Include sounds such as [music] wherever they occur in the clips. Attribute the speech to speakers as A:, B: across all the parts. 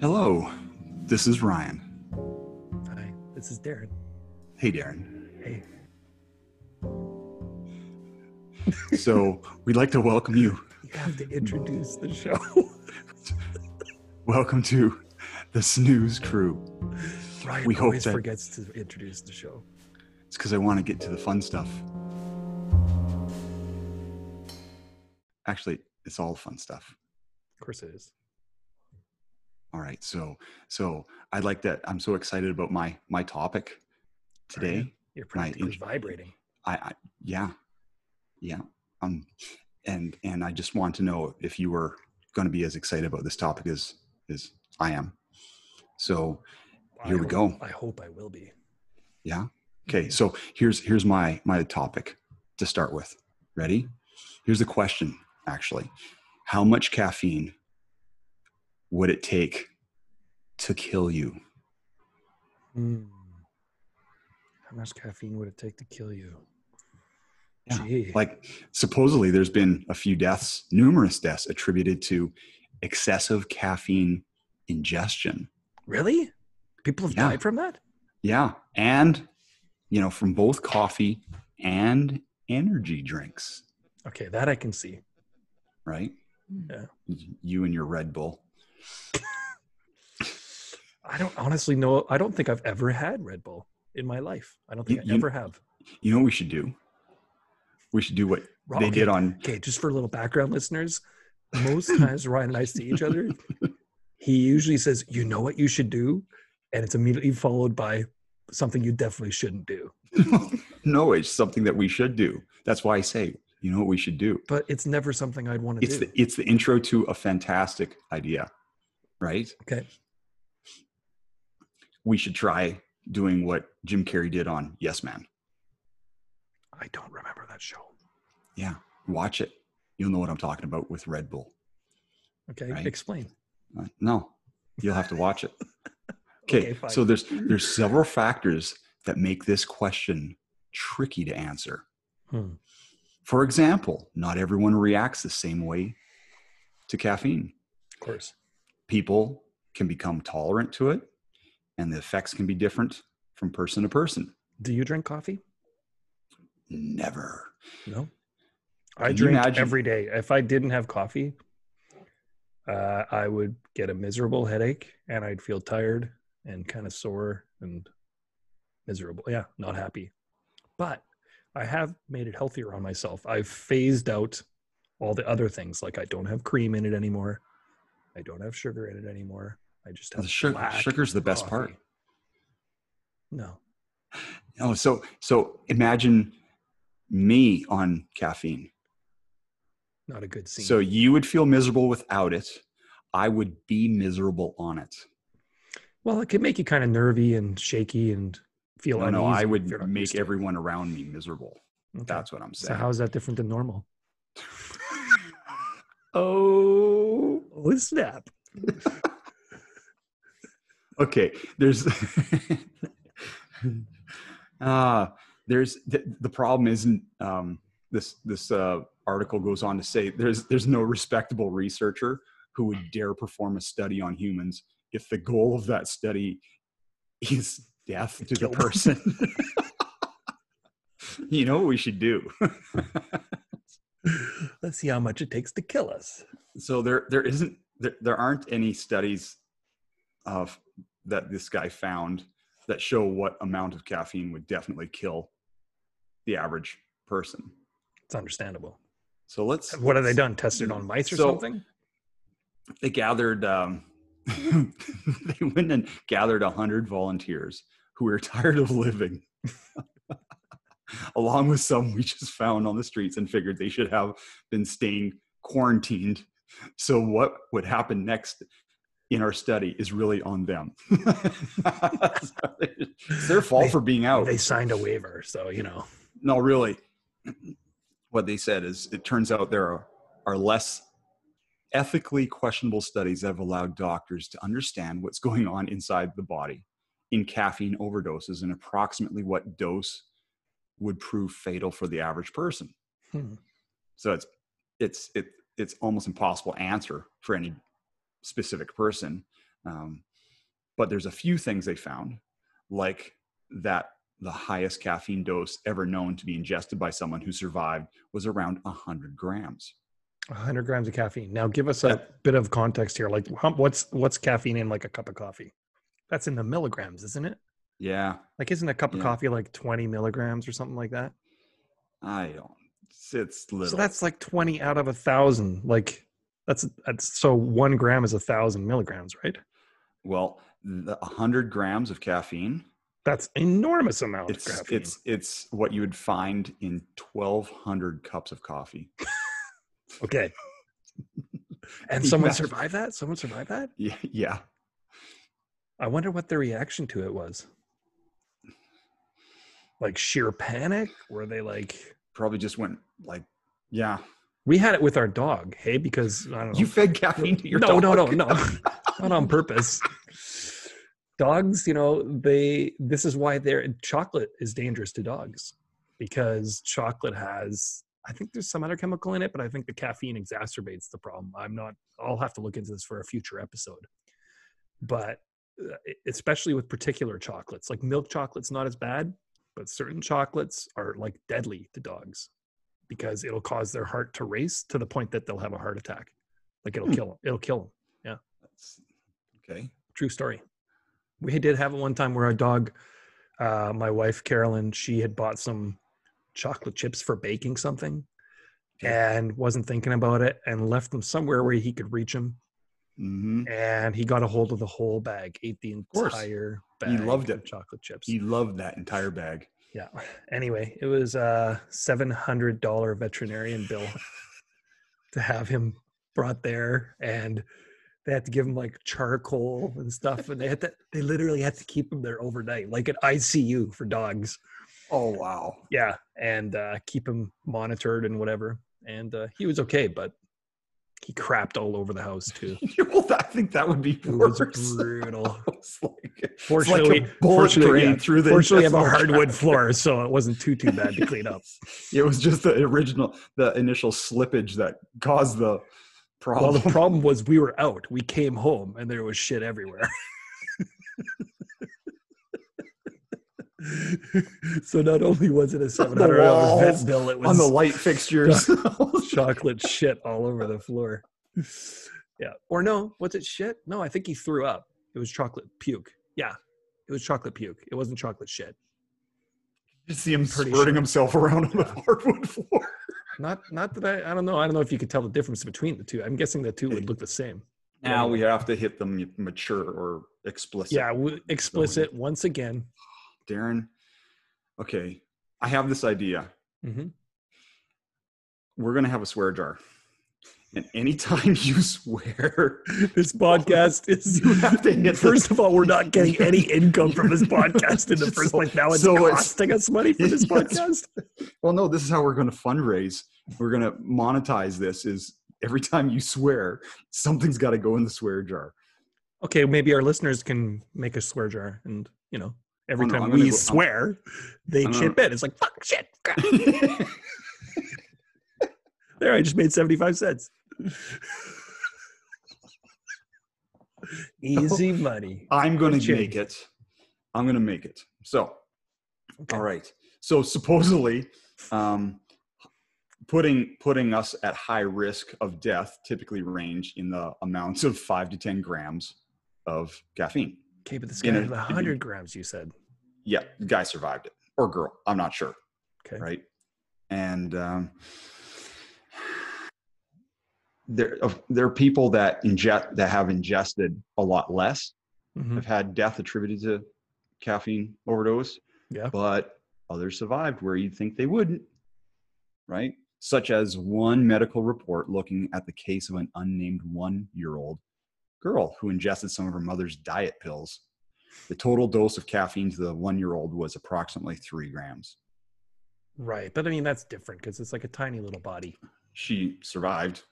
A: Hello, this is Ryan.
B: Hi, this is Darren.
A: Hey, Darren.
B: Hey. [laughs]
A: So, we'd like to welcome you.
B: You have to introduce
A: [laughs]
B: the show.
A: Welcome to the Snooze Crew.
B: Ryan
A: We hope
B: always
A: that-
B: forgets to introduce the show.
A: It's because I want to get to the fun stuff. Actually, it's all fun stuff.
B: Of course it is.
A: All right. So, so I'd like that. I'm so excited about my my topic
B: Are you?
A: today.
B: You're
A: Right,
B: practically
A: int-
B: vibrating.
A: I, I yeah, yeah. Um, and and I just want to know if you were going to be as excited about this topic as as I am. So
B: I
A: Here we
B: hope-
A: go.
B: I hope I will be.
A: yeah, okay. So here's here's my my topic to start with. Ready? Here's the question. Actually, how much caffeine would it take to kill you?
B: Hmm. How much caffeine would it take to kill you?
A: Yeah,
B: Gee.
A: Like supposedly there's been a few deaths, numerous deaths attributed to excessive caffeine ingestion.
B: really? People have
A: Yeah.
B: died from that?
A: Yeah. And, you know, from both coffee and energy drinks,
B: Okay, that I can see.
A: right? Hmm.
B: Yeah.
A: You and your Red Bull.
B: I don't honestly know. I don't think I've ever had Red Bull in my life. I don't think
A: You- you-
B: I ever have.
A: You know what we should do? We should do what
B: Ro-
A: they
B: okay,
A: did on.
B: Okay, just for a little background, listeners, most times Ryan and I see each other, he usually says, "You know what you should do," and it's immediately followed by something you definitely shouldn't do.
A: no, it's something that we should do. That's why I say, you know what we should do?
B: But it's never something I'd want to
A: It's
B: do.
A: the, it's the intro to a fantastic idea, right?
B: Okay.
A: We should try doing what Jim Carrey did on Yes Man.
B: I don't remember that show.
A: Yeah. Watch it. You'll know what I'm talking about with Red Bull.
B: Okay,
A: Right.
B: explain.
A: Uh, no, you'll have to watch
B: [laughs]
A: it. Okay,
B: Okay, fine.
A: so there's there's several factors that make this question tricky to answer.
B: Hmm.
A: For example, not everyone reacts the same way to caffeine.
B: Of course.
A: People can become tolerant to it, and the effects can be different from person to person.
B: Do you drink coffee?
A: Never.
B: No. I
A: Can you
B: drink
A: imagine-
B: every day. If I didn't have coffee, uh, I would get a miserable headache and I'd feel tired and kind of sore and miserable. Yeah, not happy. But I have made it healthier on myself. I've phased out all the other things. Like I don't have cream in it anymore. I don't have sugar in it anymore. I just have
A: The sugar-
B: black
A: sugar's the best part.
B: coffee. No.
A: Oh, so so imagine me on caffeine.
B: Not a good scene.
A: So you would feel miserable without it. I would be miserable on it.
B: Well, it can make you kind of nervy and shaky and feel
A: No,
B: uneasy.
A: no, I
B: if
A: would
B: you're not used
A: make
B: to it.
A: everyone around me miserable.
B: Okay.
A: That's what I'm
B: so.
A: saying.
B: How is that different than normal?
A: [laughs] oh,
B: Oh snap! [laughs]
A: okay. There's [laughs] uh, there's the, the problem isn't um, this this uh, article goes on to say there's there's no respectable researcher who would dare perform a study on humans if the goal of that study is death to the
B: Kill.
A: person. [laughs] you know what we should do. [laughs]
B: Let's see how much it takes to kill us.
A: so there there isn't there, there aren't any studies of that this guy found that show what amount of caffeine would definitely kill the average person
B: It's understandable.
A: so let's
B: What have they done? Tested on mice or
A: So-
B: something?
A: they gathered um, [laughs] they went and gathered 100 volunteers who were [laughs] tired of living along with some we just found on the streets and figured they should have been staying quarantined so what would happen next in our study is really on them [laughs] it's their fault
B: They-
A: for being out
B: They signed a waiver, so you know.
A: no really [clears throat] what they said is it turns out there are, are less ethically questionable studies that have allowed doctors to understand what's going on inside the body in caffeine overdoses and approximately what dose would prove fatal for the average person
B: Hmm.
A: so it's it's it, it's almost impossible answer for any specific person Um, but there's a few things they found, like that the highest caffeine dose ever known to be ingested by someone who survived was around 100 grams.
B: 100 grams of caffeine. Now, give us a bit of context here. Like, how- what's what's caffeine in like a cup of coffee? That's in the milligrams, isn't it?
A: Yeah,
B: Like, isn't a cup of
A: Yeah.
B: coffee like 20 milligrams or something like that?
A: I don't. It's, it's little.
B: So that's like 20 out of a thousand. Like, that's that's so one gram is a thousand milligrams, right?
A: well, the 100 grams of caffeine
B: That's enormous amount
A: it's
B: of caffeine.
A: it's it's what you would find in 1200 cups of coffee [laughs]
B: okay. and someone
A: Yeah.
B: survived that? Someone survived that?
A: yeah, yeah
B: I wonder what their reaction to it was. Like sheer panic? Were they like,
A: probably just went like yeah
B: we had it with our dog, hey, because I don't know.
A: you fed caffeine to your
B: Oh. no,
A: dog
B: no,
A: [laughs]
B: no, no, not on purpose. Dogs, you know, they. This is why they're chocolate is dangerous to dogs because chocolate has. I think there's some other chemical in it, but I think the caffeine exacerbates the problem. I'm not. I'll have to look into this for a future episode. But uh, especially with particular chocolates, like milk chocolate's not as bad, but certain chocolates are like deadly to dogs because it'll cause their heart to race to the point that they'll have a heart attack. Like it'll
A: Hmm.
B: kill 'em. It'll kill them.
A: That's- okay
B: True story. We did have it one time where our dog, uh, my wife Carolyn, she had bought some chocolate chips for baking something, and wasn't thinking about it, and left them somewhere where he could reach them,
A: hmm
B: and he got a hold of the whole bag, ate the
A: course.
B: entire bag.
A: He loved
B: of
A: it.
B: Chocolate chips.
A: he loved that entire bag
B: yeah. [laughs] Anyway, it was a seven hundred dollar veterinarian
A: [laughs]
B: bill to have him brought there, and they had to give him like charcoal and stuff, and they had to they literally had to keep him there overnight, like an ICU for dogs.
A: oh wow [laughs]
B: Yeah, and uh, keep him monitored and whatever. And uh, he was okay, but he crapped all over the house
A: [laughs]
B: too.
A: well i think that would be
B: It was
A: worse [laughs]
B: brutal.
A: It's like, it's
B: Fortunately-
A: like a bullet
B: fortunately,
A: train
B: yeah.
A: through the
B: Fortunately, I have
A: [laughs]
B: a
A: intestinal
B: hardwood
A: tract.
B: floor, so it wasn't too too bad to clean up.
A: it was just the original the initial slippage that caused the
B: Well,
A: problem [laughs]
B: the problem was we were out. We came home and there was shit everywhere. [laughs] so not only was it a seven hundred dollar
A: walls,
B: vet bill,
A: [laughs]
B: it
A: on
B: was
A: the light [laughs] fixtures
B: chocolate shit all over the floor. Yeah. Or no, was it shit? No, I think he threw up. It was chocolate puke. Yeah. It was chocolate puke. It wasn't chocolate shit.
A: You see him
B: Pretty
A: squirting
B: sure.
A: himself around on the
B: Yeah.
A: hardwood floor.
B: Not not that I I don't know. I don't know if you could tell the difference between the two. I'm guessing the two would look the same.
A: Now we have to hit them mature or explicit.
B: Yeah, w- explicit once again.
A: Darren, okay, I have this idea.
B: Mhm.
A: We're going to have a swear jar. And anytime [laughs] you swear,
B: This podcast is
A: you have to hit
B: First of all, we're not getting any income from this
A: You're-
B: podcast in the first
A: So-
B: place. Now it's
A: so it's-
B: costing us money for this
A: [laughs] Yes.
B: podcast.
A: the. Well, no, this is how we're going to fundraise. We're going to monetize this is every time you swear, something's got to go in the swear jar.
B: Okay, maybe our listeners can make a swear jar, and you know, every
A: Oh, no,
B: time
A: I'm gonna
B: we
A: go- I'm-
B: swear, they
A: I'm
B: chip in. It's like fuck, shit. crap." [laughs] There, I just made seventy-five
A: [laughs]
B: cents. Easy money.
A: I'm going to
B: Change.
A: make it. I'm going to make it. So,
B: Okay.
A: all right. So supposedly, um, putting putting us at high risk of death typically range in the amounts of five to ten grams of caffeine.
B: Okay, but this
A: You
B: guy
A: know,
B: had
A: it'd be-
B: hundred grams. You said
A: Yeah, the guy survived it, or girl. I'm not sure.
B: okay.
A: Right. And um, there of- there are people that ingest that have ingested a lot less
B: Mhm.
A: have had death attributed to caffeine overdose.
B: Yeah.
A: But others survived where you'd think they wouldn't, right? Such as one medical report looking at the case of an unnamed one year old girl who ingested some of her mother's diet pills. The total dose of caffeine to the one year old was approximately three grams.
B: Right, but I mean that's different because it's like a tiny little body.
A: She survived.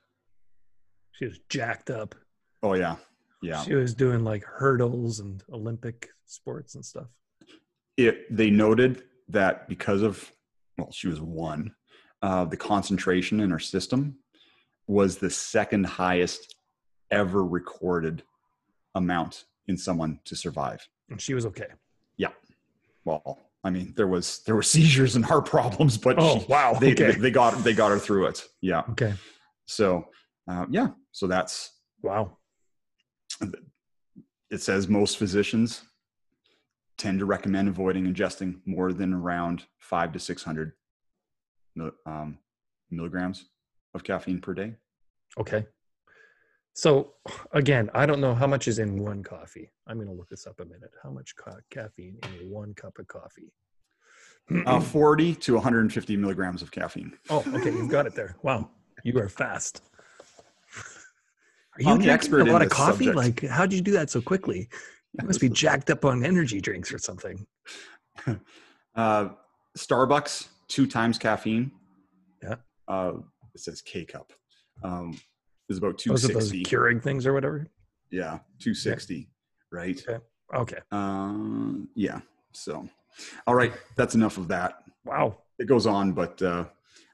B: She was jacked up.
A: Oh, yeah. Yeah.
B: She was doing like hurdles and Olympic sports and stuff.
A: it they noted that because of well she was one uh, the concentration in her system was the second highest ever recorded amount in someone to survive.
B: And she was okay.
A: Well, I mean, there was there were [laughs] seizures and heart problems, but
B: Oh
A: she-
B: wow.
A: they,
B: okay.
A: they they got they got her through it. Yeah.
B: okay.
A: So uh, yeah. So that's
B: Wow.
A: it says most physicians tend to recommend avoiding ingesting more than around five to six hundred mil- um, milligrams of caffeine per day.
B: Okay. So again, I don't know how much is in one coffee. I'm going to look this up a minute. How much ca- caffeine in one cup of coffee? [clears throat]
A: Uh,
B: Mm.
A: Forty to one hundred and fifty milligrams of caffeine.
B: oh, okay. You've got it there. Wow. You are fast. Are
A: I'm the
B: drinking
A: expert
B: a
A: in
B: lot of
A: this
B: coffee?
A: subject.
B: Like, how did you do that so quickly?
A: [laughs]
B: You must be jacked up on energy drinks or something.
A: Uh, Starbucks, two times caffeine.
B: Yeah.
A: Uh, it says K cup. Um, is about two
B: Those are those
A: sixty.
B: Keurig things or whatever.
A: Yeah, two sixty. Right.
B: Okay.
A: Uh, yeah. So, all right, that's enough of that.
B: Wow.
A: It goes on, but uh,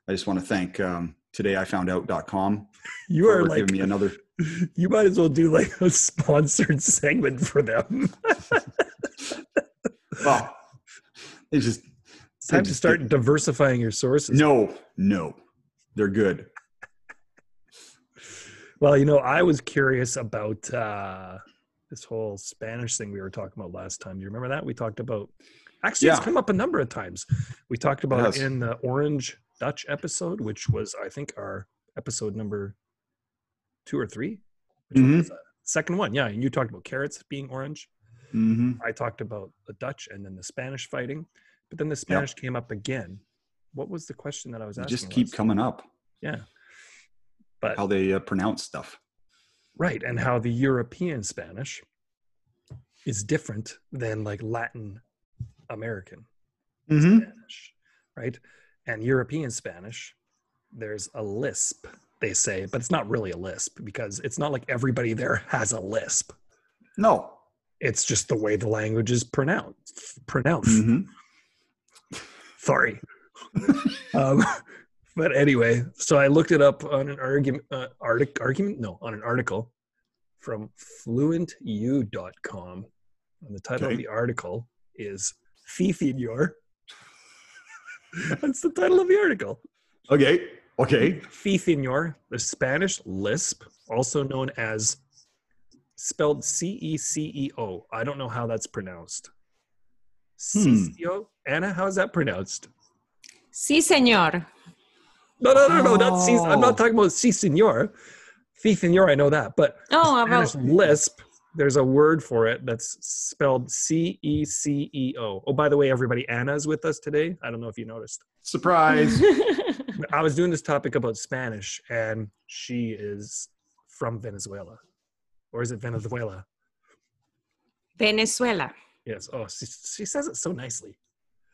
A: I just want to thank um, todayifoundout.com
B: You
A: for
B: are like
A: giving me
B: [laughs]
A: another.
B: you might as well do like a sponsored segment for them. [laughs]
A: Well, it's just
B: It's time to start diversifying your sources.
A: no, no, they're good.
B: Well, you know, I was curious about uh, this whole Spanish thing we were talking about last time. Do you remember that? We talked about, actually, it's
A: Yeah.
B: come up a number of times. We talked about
A: has.
B: it in the Orange Dutch episode, which was, I think, our episode number two or three. Which one
A: Mhm.
B: was that? Second one. Yeah. You talked about carrots being orange.
A: hmm
B: I talked about the Dutch and then the Spanish fighting, but then the Spanish came up again. What was the question that I was
A: They
B: asking?
A: just keep
B: last-
A: coming up
B: but,
A: how they uh, pronounce stuff.
B: right, and how the European Spanish is different than like Latin American
A: Mm-hmm.
B: Spanish, right? And European Spanish, there's a lisp, they say, but it's not really a lisp because it's not like everybody there [laughs] has a lisp.
A: No.
B: It's just the way the language is pronounced. Pronounced.
A: Mhm.
B: sorry um, but anyway so i looked it up on an argument uh, artic- argument no on an article from fluentu.com and the title
A: Okay.
B: of the article is fifidior that's the title of the article
A: Okay. Okay.
B: fifidior the spanish lisp also known as spelled E c-e-c-e-o i don't know how that's pronounced c-e-c-e-o anna how's that pronounced
C: Sí, señor.
B: No, no, no, no, not C. I'm
A: Oh.
B: not talking about C. Senor. C. Senor, I know that, but [laughs]
C: Oh,
B: Spanish
C: about
B: lisp. There's a word for it that's spelled C E C E O. Oh, by the way, everybody, Anna's with us today. I don't know if you noticed.
A: Surprise.
B: I was doing this topic about Spanish, and she is from Venezuela, or is it Venezuela?
C: [laughs] Venezuela.
B: Yes. Oh, she, she says it so nicely. Uh,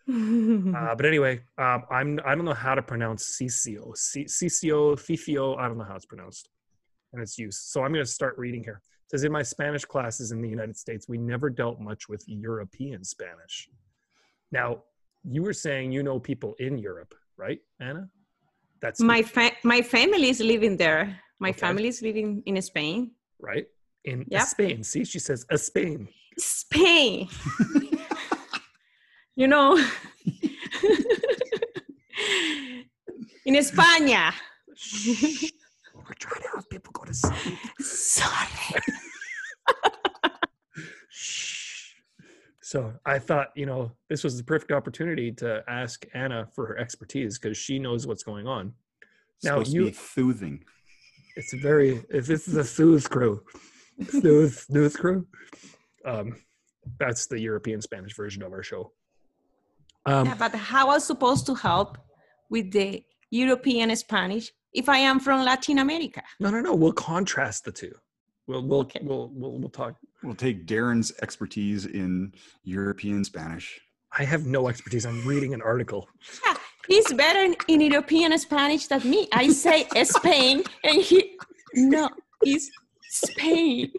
C: Mm-hmm.
B: but anyway, um, I'm I don't know how to pronounce CCO, C- CCO, FIFIO. I don't know how it's pronounced, and its use. So I'm going to start reading here. It says in my Spanish classes in the United States, we never dealt much with European Spanish. Now, you were saying you know people in Europe, right, Anna? That's
C: my fa- my family is living there. My
B: Okay.
C: family is living in Spain.
B: right in
C: Yep.
B: Spain. See, she says Spain.
C: Spain. [laughs] you know. [laughs] in España.
B: We're trying to help people go to sleep.
C: Sorry.
B: Shh. So I thought, you know, this was the perfect opportunity to ask Anna for her expertise because she knows what's going on. [laughs] Now
A: Supposed
B: you-
A: to be soothing.
B: It's a very, if this is a Sooth crew, Sooth, Sooth crew, um, that's the European Spanish version of our show. Um,
C: Yeah, but how I'm supposed to help with the European Spanish if I am from Latin America?
B: no, no, no. We'll contrast the two. We'll, we'll,
C: Okay.
B: we'll, we'll, we'll talk.
A: We'll take Darren's expertise in European Spanish.
B: I have no expertise. I'm reading an article.
C: He's better in, in European Spanish than me. I
B: [laughs]
C: say Spain and he no, it's Spain.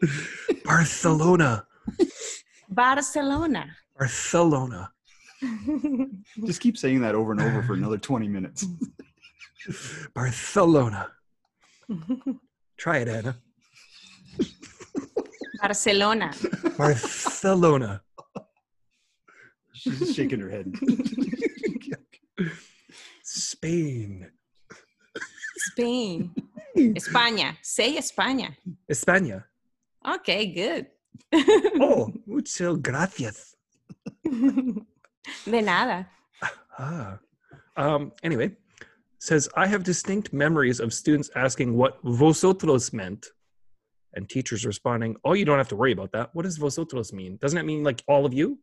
B: Barcelona,
C: Barcelona.
B: Barcelona.
A: Just keep saying that over and over for another 20 minutes.
B: [laughs]
C: [laughs]
B: Barcelona. Try it, Anna.
C: Barcelona.
B: Barcelona.
A: She's shaking her head.
B: Spain.
C: Spain. España. Say España.
B: España.
C: Okay, good.
B: Oh, muchas gracias.
C: De nada.
B: Ah. Um, anyway, says, I have distinct memories of students asking what vosotros meant and teachers responding, Oh, you don't have to worry about that. What does vosotros mean? Doesn't that mean like all of you?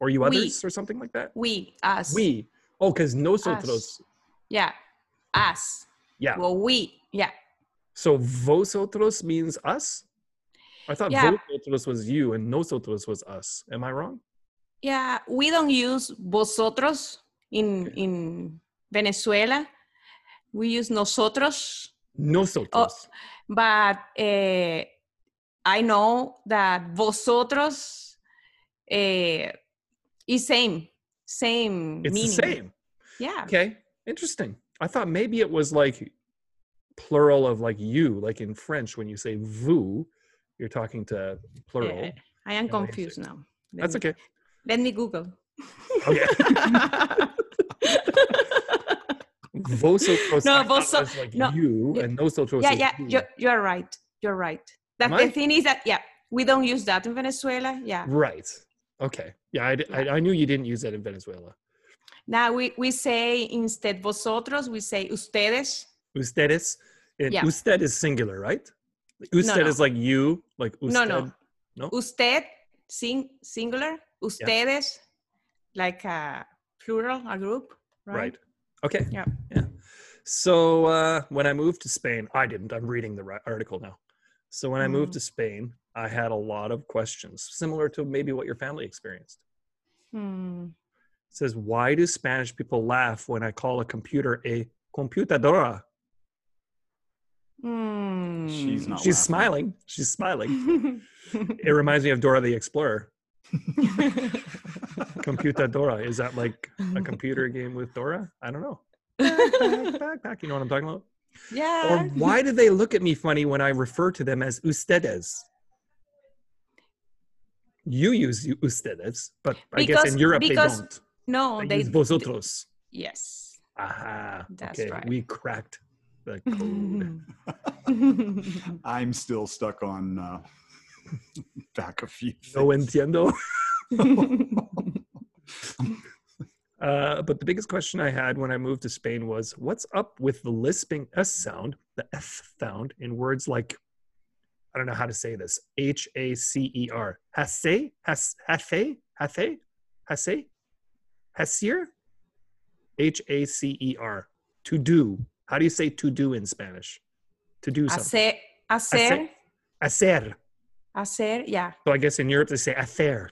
B: Or you
C: We.
B: others or something like that?
C: We, us.
B: We. Oh, because nosotros.
C: Us. Yeah. Us.
B: Yeah.
C: Well, we. Yeah.
B: So vosotros means us? I thought
C: Yeah.
B: vosotros was you and nosotros was us. Am I wrong?
C: Yeah. We don't use vosotros in
B: Okay.
C: in Venezuela. We use nosotros.
B: Nosotros.
C: Oh, but uh, I know that vosotros uh, is same, same
B: it's
C: meaning.
B: the same.
C: Yeah.
B: Okay. Interesting. I thought maybe it was like plural of like you, like in French when you say vous, you're talking to plural.
C: Uh, I am
B: Yeah, wait a
C: confused
B: second.
C: now. Let
B: That's
C: me-
B: okay. Oh,
C: Let me Google. [laughs]
B: Okay. Vosotros.
C: No,
B: I thought
C: voso-
B: was like
C: no.
B: you and nosotros.
C: yeah,
B: is
C: yeah,
B: you.
C: you're, you're right. You're right. That
B: Am
C: the
B: I?
C: thing is that yeah, we don't use that in Venezuela. Yeah.
B: Right. Okay. Yeah, I, d- I- I knew you didn't use that in Venezuela.
C: Now we we say instead vosotros, we say ustedes.
B: Ustedes. And
C: Yeah.
B: Usted is singular, right? Usted
C: no.
B: is like you, like usted.
C: No, no.
B: No?
C: Usted, sing, singular. Ustedes, like a plural, a group, right?
B: Right. Okay.
C: Yeah.
B: Yeah. So uh, when I moved to Spain, I didn't. I'm reading the ri- article now. So when I moved
C: Mm.
B: to Spain, I had a lot of questions, similar to maybe what your family experienced.
C: Hmm.
B: It says, why do Spanish people laugh when I call a computer a computadora?
C: Hmm.
A: She's
C: [laughs]
A: not.
B: She's
A: laughing.
B: smiling. She's smiling. it reminds me of Dora the Explorer. Computadora. Is that like
C: [laughs]
B: a computer game with Dora? I don't know. Back, back, back. You know what I'm talking about? Or
C: yeah.
B: why do they look at me funny when I refer to them as ustedes? You use u- ustedes, but I guess
C: Because-
B: in Europe they
C: because
B: don't.
C: No,
B: They
C: they.
B: use vosotros.
C: yes.
B: Aha.
C: That's
B: okay,
C: [laughs] right.
B: we cracked the
C: [laughs]
B: code.
A: I'm still stuck on uh, [laughs] back a few.
B: no
A: things.
B: entiendo. Uh, but the biggest question I had when I moved to Spain was, what's up with the lisping s sound, the f sound in words like, I don't know how to say this, H A C E R, hase, has, hafe, hafe, hase, hasir, H A C E R, to do. How do you say to do in Spanish? To do something.
C: Hacer, hacer,
B: Hacer.
C: hacer. Yeah.
B: So I guess in Europe they say hacer.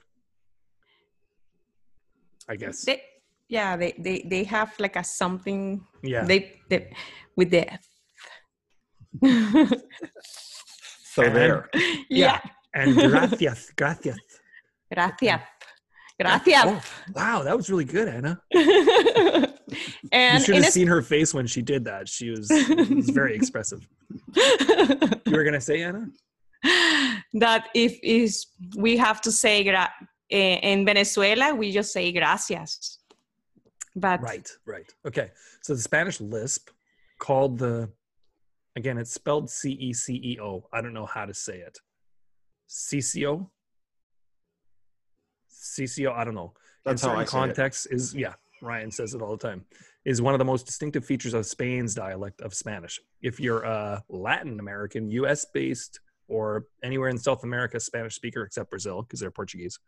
B: I guess.
C: They, yeah. They, they they have like a something.
B: Yeah.
C: They, they with the. [laughs]
A: So there.
C: yeah. [laughs]
B: and gracias, gracias.
C: Gracias. Gracias.
B: Oh, wow, that was really good, Anna. you
C: [laughs] and
B: should
C: in
B: have
C: a,
B: seen her face when she did that. She
C: [laughs]
B: was, it was very expressive. You were gonna say Anna?
C: that if is we have to say gra- eh, in Venezuela we just say gracias, but
B: Right, right. Okay. So the Spanish lisp called the again, it's spelled C E C E O. I don't know how to say it. CCO. CCO, I don't know.
A: That's
B: in
A: how I
B: certain
A: say it.
B: context is yeah ryan says it all the time is one of the most distinctive features of spain's dialect of spanish if you're a latin american us based or anywhere in south america spanish speaker except brazil because they're portuguese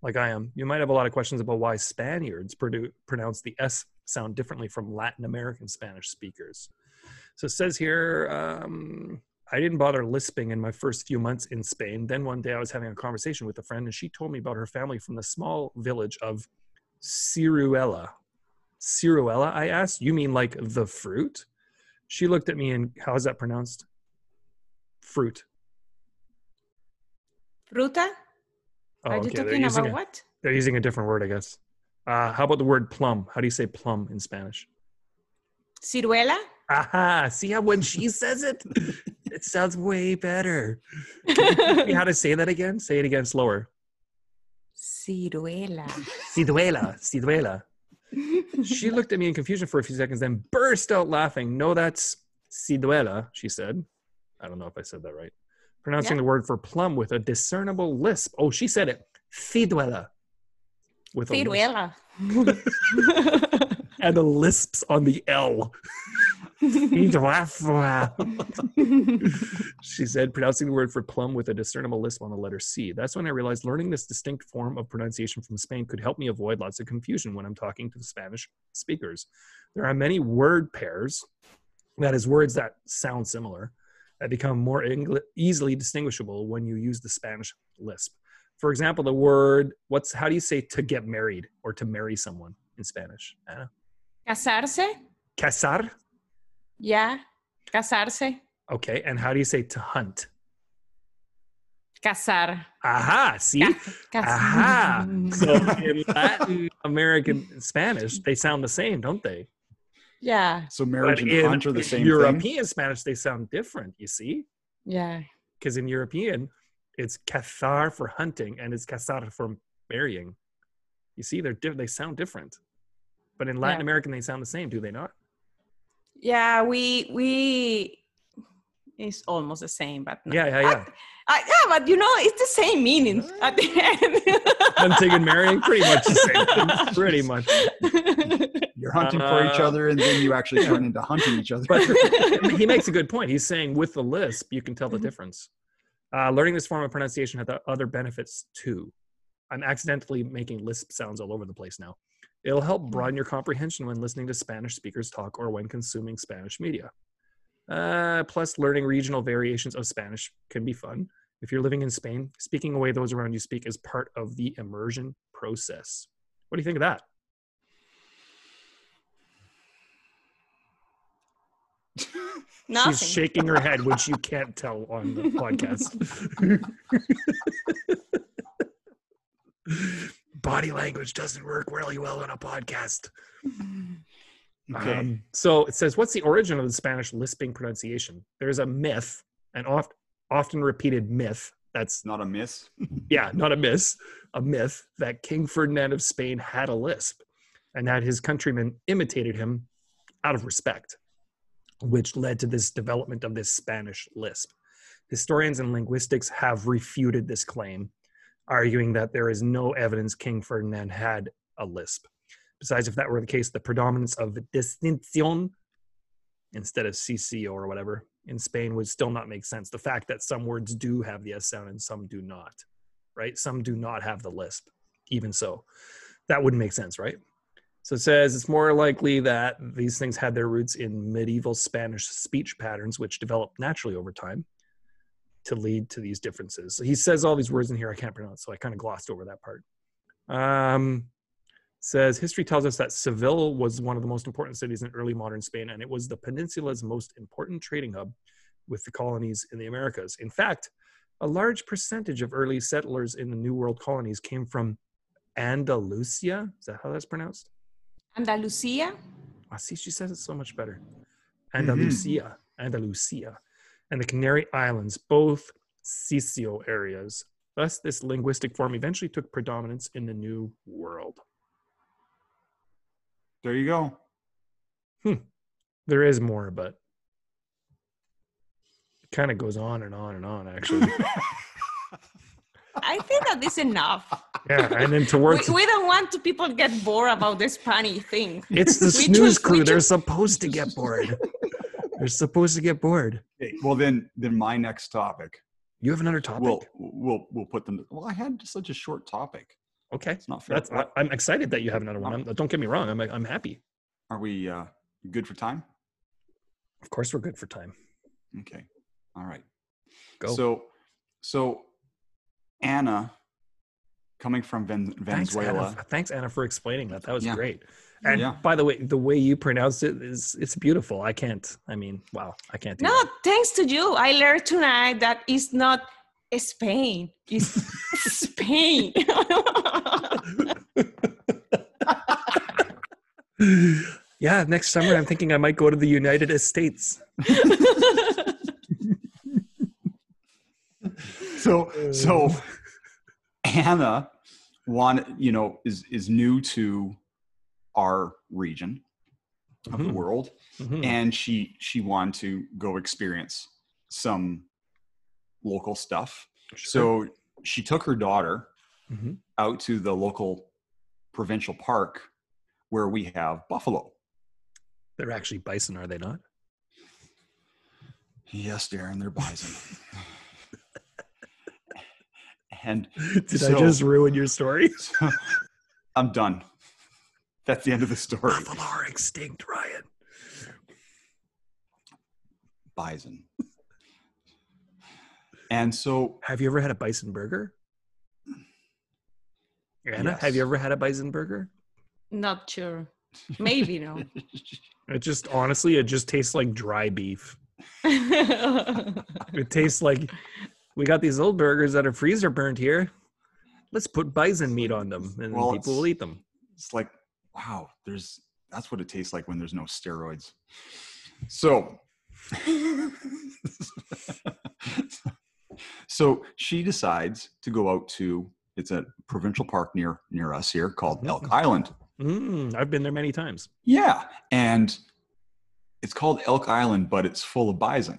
B: like i am you might have a lot of questions about why spaniards produ- pronounce the s sound differently from latin american spanish speakers so it says here um, I didn't bother lisping in my first few months in Spain. Then one day I was having a conversation with a friend, and she told me about her family from the small village of Ciruela. Ciruela, I asked. You mean like the fruit? She looked at me and how is that pronounced? Fruit.
C: fruta.
B: Oh,
C: Are you
B: okay. They're
C: talking
B: using,
C: about
B: a,
C: what?
B: they're using a different word, I guess. Uh, how about the word plum? How do you say plum in Spanish?
C: Ciruela.
B: [laughs] Aha! See how when she says it, It sounds way better.
C: [laughs]
B: Tell me How to say that again? Say it again slower.
C: Ciruela.
B: Siduela, Siduela. She looked at me in confusion for a few seconds, then burst out laughing. No, that's Siduela, she said. I don't know if I said that right. Pronouncing
C: Yeah.
B: the word for plum with a discernible lisp. Oh, she said it. Siduela. With a lisp,
C: Ciruela.
B: [laughs]
C: [laughs]
B: and a lisps on the L. Siduela. she said, pronouncing the word for plum with a discernible lisp on the letter C. That's when I realized learning this distinct form of pronunciation from Spain could help me avoid lots of confusion when I'm talking to Spanish speakers. There are many word pairs, that is, words that sound similar, that become more Engli- easily distinguishable when you use the Spanish lisp. For example, the word, what's, how do you say to get married or to marry someone in Spanish? Anna?
C: Casarse.
B: Casar?
C: Yeah. Casarse.
B: Okay. And how do you say to hunt?
C: Casar.
B: Aha. See?
C: Yeah. Casar. [laughs]
B: Aha. So in Latin American Spanish, they sound the same, don't they?
C: Yeah.
A: So marriage
B: But
A: and
B: in
A: hunt are the same
B: European
A: thing.
B: Spanish, they sound different, you see?
C: Yeah.
B: Because in European, it's cazar for hunting and it's cazar for marrying. You see, they're di- they sound different. But in Latin
C: Yeah.
B: American, they sound the same, do they not?
C: Yeah. We we. It's almost the same, but no.
B: Yeah, yeah, yeah.
C: Uh, yeah, but you know, it's the same meaning at the
B: hunting and marrying, pretty much the same. thing, pretty much.
C: end.
A: You're hunting for each
B: Uh,
A: other, and then you actually turn into hunting each other. [laughs]
B: But
C: [laughs]
B: he makes a good point. He's saying with the lisp, you can tell the
C: Mhm.
B: difference. Uh, learning this form of pronunciation had the other benefits too. I'm accidentally making lisp sounds all over the place now. It'll help broaden your comprehension when listening to Spanish speakers talk or when consuming Spanish media. Uh, plus, learning regional variations of Spanish can be fun. If you're living in Spain, speaking away those around you speak is part of the immersion process. What do you think of that?
A: Um,
C: Nothing.
B: She's shaking her head, which you can't tell on the podcast. [laughs] Body language doesn't work really well on a podcast.
A: okay.
B: Um, so it says, What's the origin of the Spanish lisping pronunciation? There's a myth, an oft, often repeated myth that's,
A: Not a miss.
B: yeah, not a myth, a myth that King Ferdinand of Spain had a lisp and that his countrymen imitated him out of respect which led to this development of this Spanish lisp. Historians and linguistics have refuted this claim, arguing that there is no evidence King Ferdinand had a lisp. Besides, if that were the case, the predominance of distinción instead of CC or whatever in Spain would still not make sense. The fact that some words do have the S sound and some do not, right? Some do not have the lisp, even so. That wouldn't make sense, right? So it says it's more likely that these things had their roots in medieval Spanish speech patterns, which developed naturally over time to lead to these differences. So he says all these words in here I can't pronounce, so I kind of glossed over that part. Um, says history tells us that Seville was one of the most important cities in early modern Spain, and it was the peninsula's most important trading hub with the colonies in the Americas. In fact, a large percentage of early settlers in the New World colonies came from Andalusia. Is that how that's pronounced?
C: Andalusia.
B: I see she says it so much better. Andalusia, Andalusia, and the Canary Islands, both Sisio areas. Thus, this linguistic form eventually took predominance in the New World.
A: There you go. [laughs]
B: There is more, but it kind of goes on and on and on,
A: [laughs]
B: actually.
C: I think that
B: [laughs]
C: is enough.
B: yeah, and then
C: We,
B: towards
C: we don't want to people get bored about the Spanish thing.
B: it's the
C: we
B: snooze
C: just- we
B: crew. They're
C: just-
B: supposed to get
C: [laughs]
B: bored. They're supposed to get bored.
A: Okay, well, then, then my next topic.
B: You have another topic?
A: We'll we'll we'll put them. Well, I had just such a short topic.
B: okay. Um,
A: It's not fair.
B: That's, I, I'm excited that you have another one. I'm, don't get me wrong. I'm, I'm happy.
A: Are we uh, good for time?
B: Of course, we're good for time.
A: Okay. All right.
B: Go.
A: So, so Anna, coming from Ven-
B: Thanks,
A: Venezuela,
B: [laughs] Anna. Thanks, Anna, for explaining that. That was
A: Yeah.
B: great. And
A: Yeah.
B: by the way, the way you pronounced it is it's beautiful. I can't. I mean, wow, I can't do
C: No,
B: that.
C: thanks to you, I learned tonight that it's not Spain. It's [laughs] Spain.
B: [gasps] Yeah, next summer I'm thinking I might go to the United States.
A: so so Anna wanted, you know, is is new to our region of the
B: Mhm.
A: world
B: Mhm.
A: and she she wanted to go experience some local stuff.
B: Sure.
A: So she took her daughter
B: Mhm.
A: out to the local provincial park where we have buffalo.
B: they're actually bison, are they not? [laughs]
A: Yes, Darren, they're bison. and
B: Did I
A: So-
B: just ruin your story?
A: so, I'm done. That's the end of the story.
B: [laughs] Buffalo are extinct, Ryan.
A: Bison. And so
B: Have you ever had a bison burger? Anna, have you
A: Yes.
B: ever had a bison burger?
C: Not sure. Maybe no.
B: It just honestly, it just tastes like dry beef.
C: [laughs] yeah,
B: It tastes like we got these old burgers that are freezer burned here. Let's put bison meat on them, and
A: Well,
B: people will
A: it's-
B: eat them.
A: it's like, wow, there's that's what it tastes like when there's no steroids. So [laughs] so she decides to go out to it's a provincial park near near us here called Elk Island.
B: Mm, I've been there many times.
A: Yeah, and it's called Elk Island, but it's full of bison.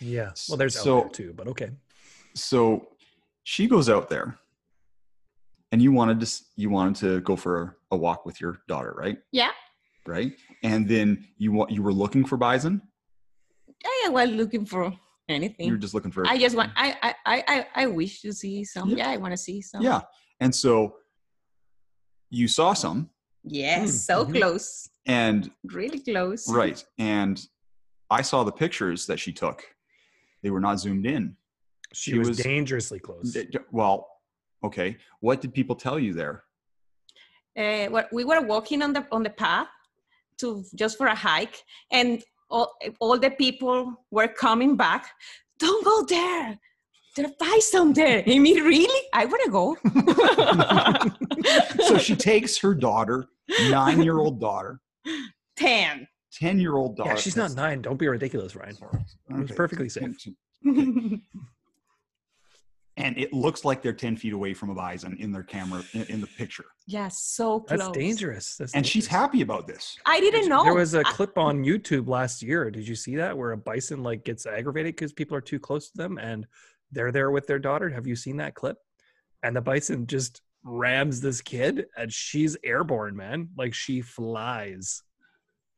B: Yeah. Well, there's elk
A: So-
B: there too, but okay.
A: So she goes out there, and you wanted to s- you wanted to go for a, a walk with your daughter, right?
C: Yeah.
A: Right, and then you want you were looking for bison.
C: I was looking for
A: You were
C: anything.
A: just looking for
C: I just want. I I I I, I wish to see some. Yeah, I want to see some.
A: yeah, and so you saw some,
B: Mm,
C: Yes. So
B: mhm.
C: close.
A: and
C: Really close.
A: Hmm, mm-hmm. right, and I saw the pictures that she took. They were not zoomed in.
B: She,
A: She
B: was,
A: was-
B: dangerously close.
A: D- d- Well, okay. What did people tell you there?
C: uh, what we were walking on the on the path to just for a hike and all, all the people were coming back don't go there there are some there i mean really i want to
A: [laughs]
C: [laughs] go
A: so she takes her daughter, nine year old daughter,
C: 10
A: ten year old daughter.
B: yeah, she's not nine. Don't be ridiculous, Ryan. It was
A: Okay.
B: perfectly safe.
A: And it looks like they're ten feet away from a bison in their camera in, in the picture,
C: [laughs] yeah so close
B: That's dangerous. That's
A: and she's
B: dangerous.
A: happy about this.
C: i didn't know
B: There was a clip on YouTube last year. Did you see that where a bison like gets aggravated because people are too close to them and they're there with their daughter? Have you seen that clip? And the bison just rams this kid and she's airborne, man. Like she flies.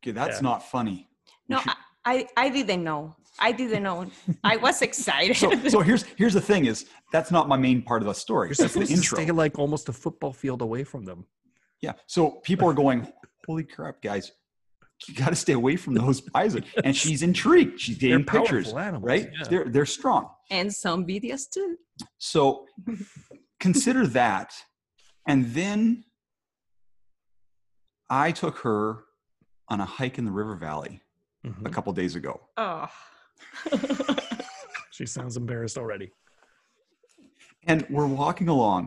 A: Okay, that's
B: Yeah.
A: not funny.
C: no I, I I didn't know i didn't know i was excited
A: So,
C: [laughs]
A: so here's here's the thing: is that's not my main part of the story.
B: You're
A: That's the
B: supposed to
A: intro.
B: stay like almost a football field away from them.
A: Yeah. So people are going, holy crap, guys, you got to stay away from those bison. And she's intrigued. She's
B: They're
A: getting pictures,
B: powerful animals,
A: right?
B: yeah.
A: They're they're strong.
C: and some videos too
A: So consider that. And then I took her on a hike in the river valley [laughs] a
B: Mhm.
A: couple days ago. [laughs]
C: oh
B: She sounds embarrassed already.
A: And we're walking along,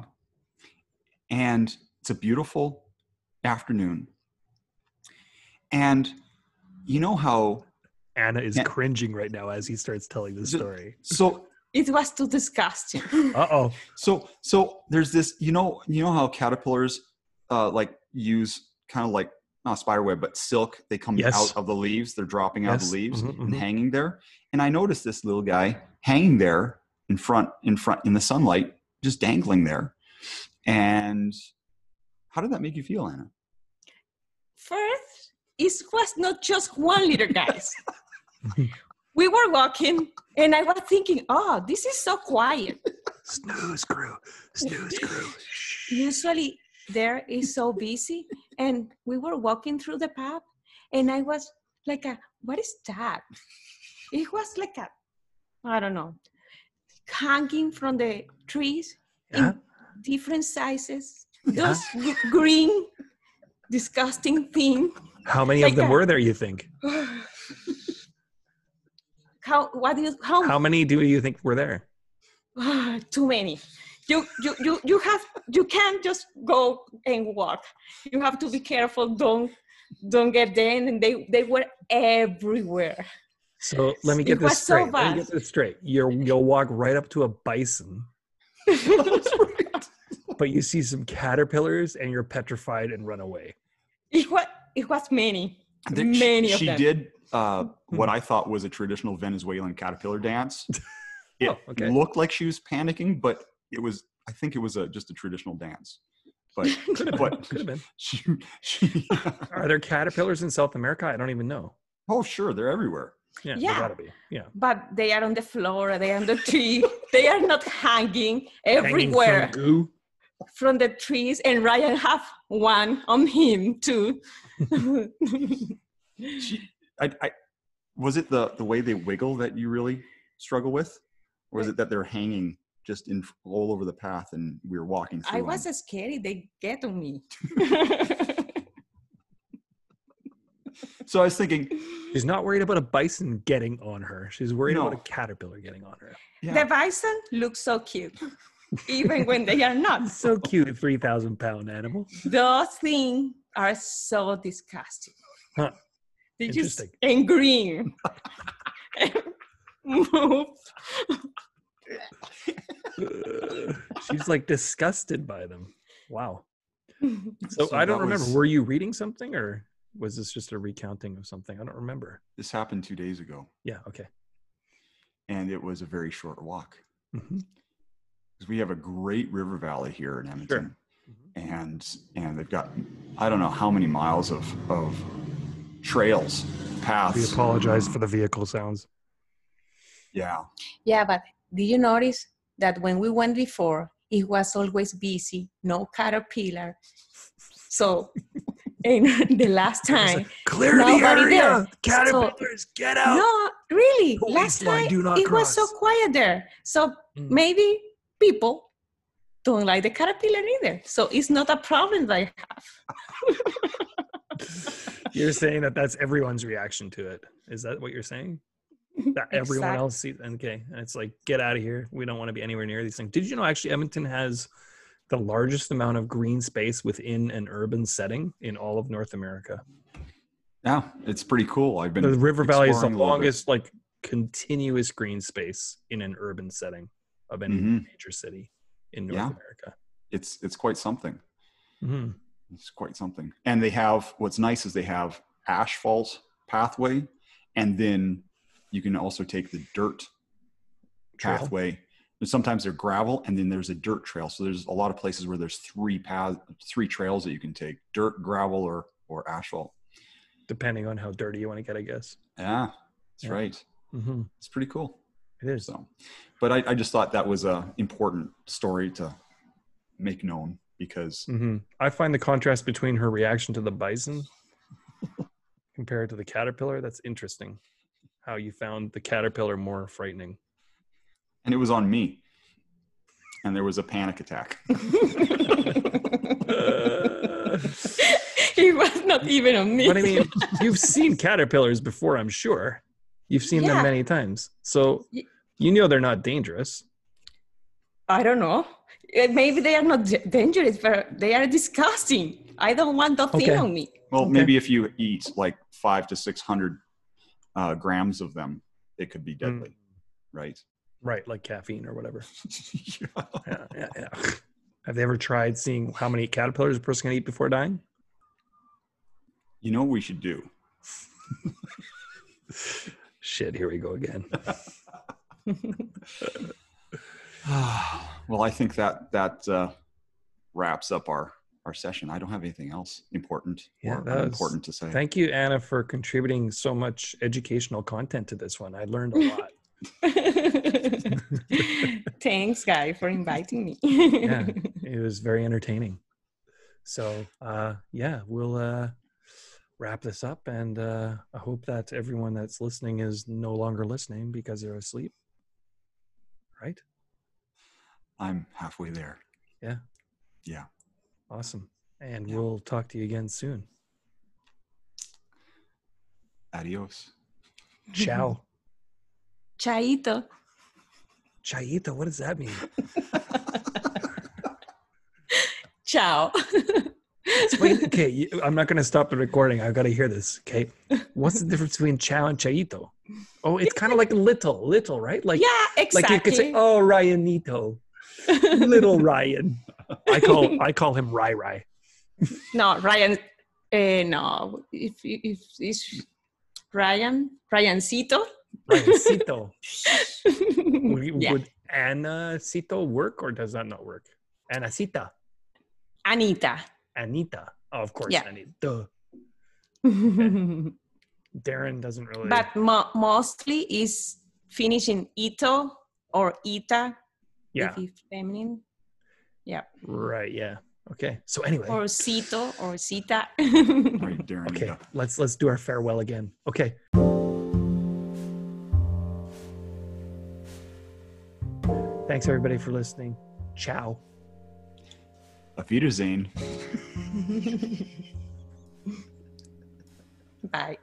A: and it's a beautiful afternoon. And you know how
B: Anna is
A: Yeah.
B: cringing right now as he starts telling the
A: Ju-
B: story.
A: so
C: it was too disgusting
B: Uh oh.
A: So so there's this you know you know how caterpillars uh like use kind of like not spider web but silk they come
B: Yes.
A: out of the leaves they're dropping out of
B: Yes,
A: the leaves
B: mhm,
A: and
B: mhm.
A: hanging there and I noticed this little guy hanging there in front in front in the sunlight just dangling there and how did that make you feel Anna
C: First, it was not just one
A: [laughs]
C: little guys. we were walking, and I was thinking, oh, this is so quiet.
B: Snooze crew. Snooze crew.
C: Usually, there is so busy, and we were walking through the path, and I was like, a, what is that? [laughs] It was like a, I don't know, hanging from the trees
B: Yeah.
C: in different sizes. Those gr- green, disgusting thing. [sighs]
B: How many
C: Like
B: of them
C: that.
B: were there, you think?
C: how what is how,
B: How many do you think were there?
C: Ah, [sighs] too many you, you you you have you can't just go and walk you have to be careful don't don't get them and they they were everywhere [laughs]
B: So let me
C: It
B: get
C: was
B: this
C: so
B: straight. Let me get
C: fast.
B: this straight. You're, you'll walk right up to a bison, but you see some caterpillars and you're petrified and run away.
C: it was it was many,
A: There- she-
C: many of
A: she
C: them.
A: did
C: [laughs]
A: uh, what I thought was a traditional Venezuelan caterpillar dance. It
B: Oh, okay.
A: looked like she was panicking, but it was I think it was a, just a traditional dance.
C: [laughs]
A: But
B: Could have been.
A: What?
B: Could have been.
A: she, she [laughs]
B: Are there caterpillars in South America? I don't even know.
A: oh sure, they're everywhere.
B: Yeah, yeah.
C: Yeah.
B: gotta be. Yeah.
C: But they are on the floor, they are on the tree,
B: [laughs]
C: they are not hanging
B: Hanging
C: everywhere
B: From goo.
C: from, the trees. And Ryan have one on him
B: [laughs]
C: too. [laughs]
A: She, I, I, was it the the way they wiggle that you really struggle with, or is it that they're hanging just in all over the path and we were walking through?
C: I
A: them?
C: was scared they get on
B: [laughs]
C: me.
A: so I was thinking,
C: [laughs]
B: She's not worried about a bison getting on her. She's worried
A: No.
B: about a caterpillar getting on her.
A: yeah,
C: The bison look so cute, [laughs] even when they are
B: [laughs]
C: not.
B: So cute, three thousand pound
C: [laughs]
B: animal.
C: Those things are so disgusting.
B: Huh.
C: They just
B: Interesting.
C: and
B: [laughs]
C: green. Move.
B: She's like disgusted by them. Wow. So,
A: So
B: I don't
A: that
B: remember.
A: was-
B: Were you reading something, or was this just a recounting of something? I don't remember.
A: this happened two days ago,
B: Yeah. Okay.
A: and it was a very short walk
B: Mhm.
A: because we have a great river valley here in Edmonton.
B: Mhm.
A: and and they've got I don't know how many miles of of trails,
B: We
A: paths.
B: apologize for the vehicle sounds.
A: Yeah,
C: Yeah, but did you notice that when we went before, it was always busy, no caterpillar.
B: [laughs]
C: So, and [laughs] the last
B: It was
C: time,
B: like, Clear the
C: Nobody there.
B: area. Caterpillars, get out.
C: no, really,
B: Police
C: last
B: line,
C: time
B: do not
C: it was so
B: cross.
C: quiet there. So
B: Mm.
C: maybe people don't like the caterpillar either. So it's not a problem that [laughs] I have.
B: You're saying that that's everyone's reaction to it. Is that what you're
C: [laughs]
B: saying? That everyone
C: Exact-
B: else sees. Okay. And it's like, get out of here. We don't want to be anywhere near these things. Did you know actually Edmonton has the largest amount of green space within an urban setting in all of North America?
A: yeah, it's pretty cool. I've been
B: The River Valley is the
A: exploring a little bit.
B: longest, like, continuous green space in an urban setting of any
A: Mhm.
B: major city in North
A: Yeah.
B: America.
A: It's it's quite something.
B: Mhm.
A: It's quite something. And they have what's nice is they have asphalt pathway, and then you can also take the dirt
B: Trail.
A: pathway. And sometimes they're gravel, and then there's a dirt trail. So there's a lot of places where there's three paths, three trails that you can take: dirt, gravel, or or asphalt.
B: Depending on how dirty you want to get, I guess.
A: Yeah, that's
B: Yeah.
A: right.
B: hmm
A: It's pretty cool.
B: It is.
A: So, but I, I just thought that was a important story to make known because
B: hmm I find the contrast between her reaction to the bison [laughs] compared to the caterpillar that's interesting. How you found the caterpillar more frightening? [laughs]
A: and it was on me, and there was a panic attack.
B: but
C: it was not even on me.
B: I mean, you've seen caterpillars before, I'm sure. You've seen
C: Yeah.
B: them many times, so
C: Y-
B: you know they're not dangerous.
C: I don't know. Eh, Maybe they are not d- dangerous, but they are disgusting. I don't want that
B: Okay.
C: thing on me. [laughs]
A: Well,
B: Okay.
A: maybe if you eat like five to six hundred uh, grams of them, it could be
B: Hmm.
A: deadly, right? [laughs]
B: Right, like caffeine or whatever. [laughs]
A: yeah.
B: Yeah, yeah, yeah. Have they ever tried seeing how many caterpillars a person can eat before dying?
A: You know what we should
B: [sighs]
A: do?
B: Shit, here we go again.
A: well, I think that that uh, wraps up our our session. I don't have anything else important
B: Yeah,
A: or
B: that was-
A: important to say.
B: [laughs] Thank you, Anna, for contributing so much educational content to this one. I learned [laughs] a lot.
C: Thanks, guy, for inviting me. [laughs]
B: yeah, it was very entertaining. So, uh, yeah, we'll uh, wrap this up. And uh, I hope that everyone that's listening is no longer listening because they're asleep. Right?
A: I'm halfway there.
B: Awesome. And
A: Yeah.
B: we'll talk to you again soon. [laughs] [laughs]
A: Adios.
B: Ciao.
C: Chaito.
B: Chaita, what does that mean?
C: Ciao.
B: Wait, okay, you- I'm not going to stop the recording. I've got to hear this. Okay, what's the difference between chao and chaito? Oh, it's kind of like little, little, right? Like,
C: [laughs] yeah,
B: like
C: exactly.
B: you could say, oh, Ryanito, little Ryan. I call I call him Rai Rai.
C: No, Ryan. Eh, no, if if it's Ryan, Ryancito.
B: Ryancito. Would,
C: [laughs] yeah.
B: would Anacito work or does that not work? Anacita,
C: Anita.
B: Anita. Oh, of course,
C: Yeah.
B: Anita. Duh. Darren doesn't really.
C: but mo- mostly is finishing ito or ita
B: yeah,
C: if it's feminine
B: right. Yeah. Okay. So anyway,
C: or sito or sita
A: All right, Darren.
B: okay.
A: yeah.
B: Let's let's do our farewell again. Okay. Thanks everybody for listening. Ciao.
A: Auf Wiedersehen.
C: [laughs] bye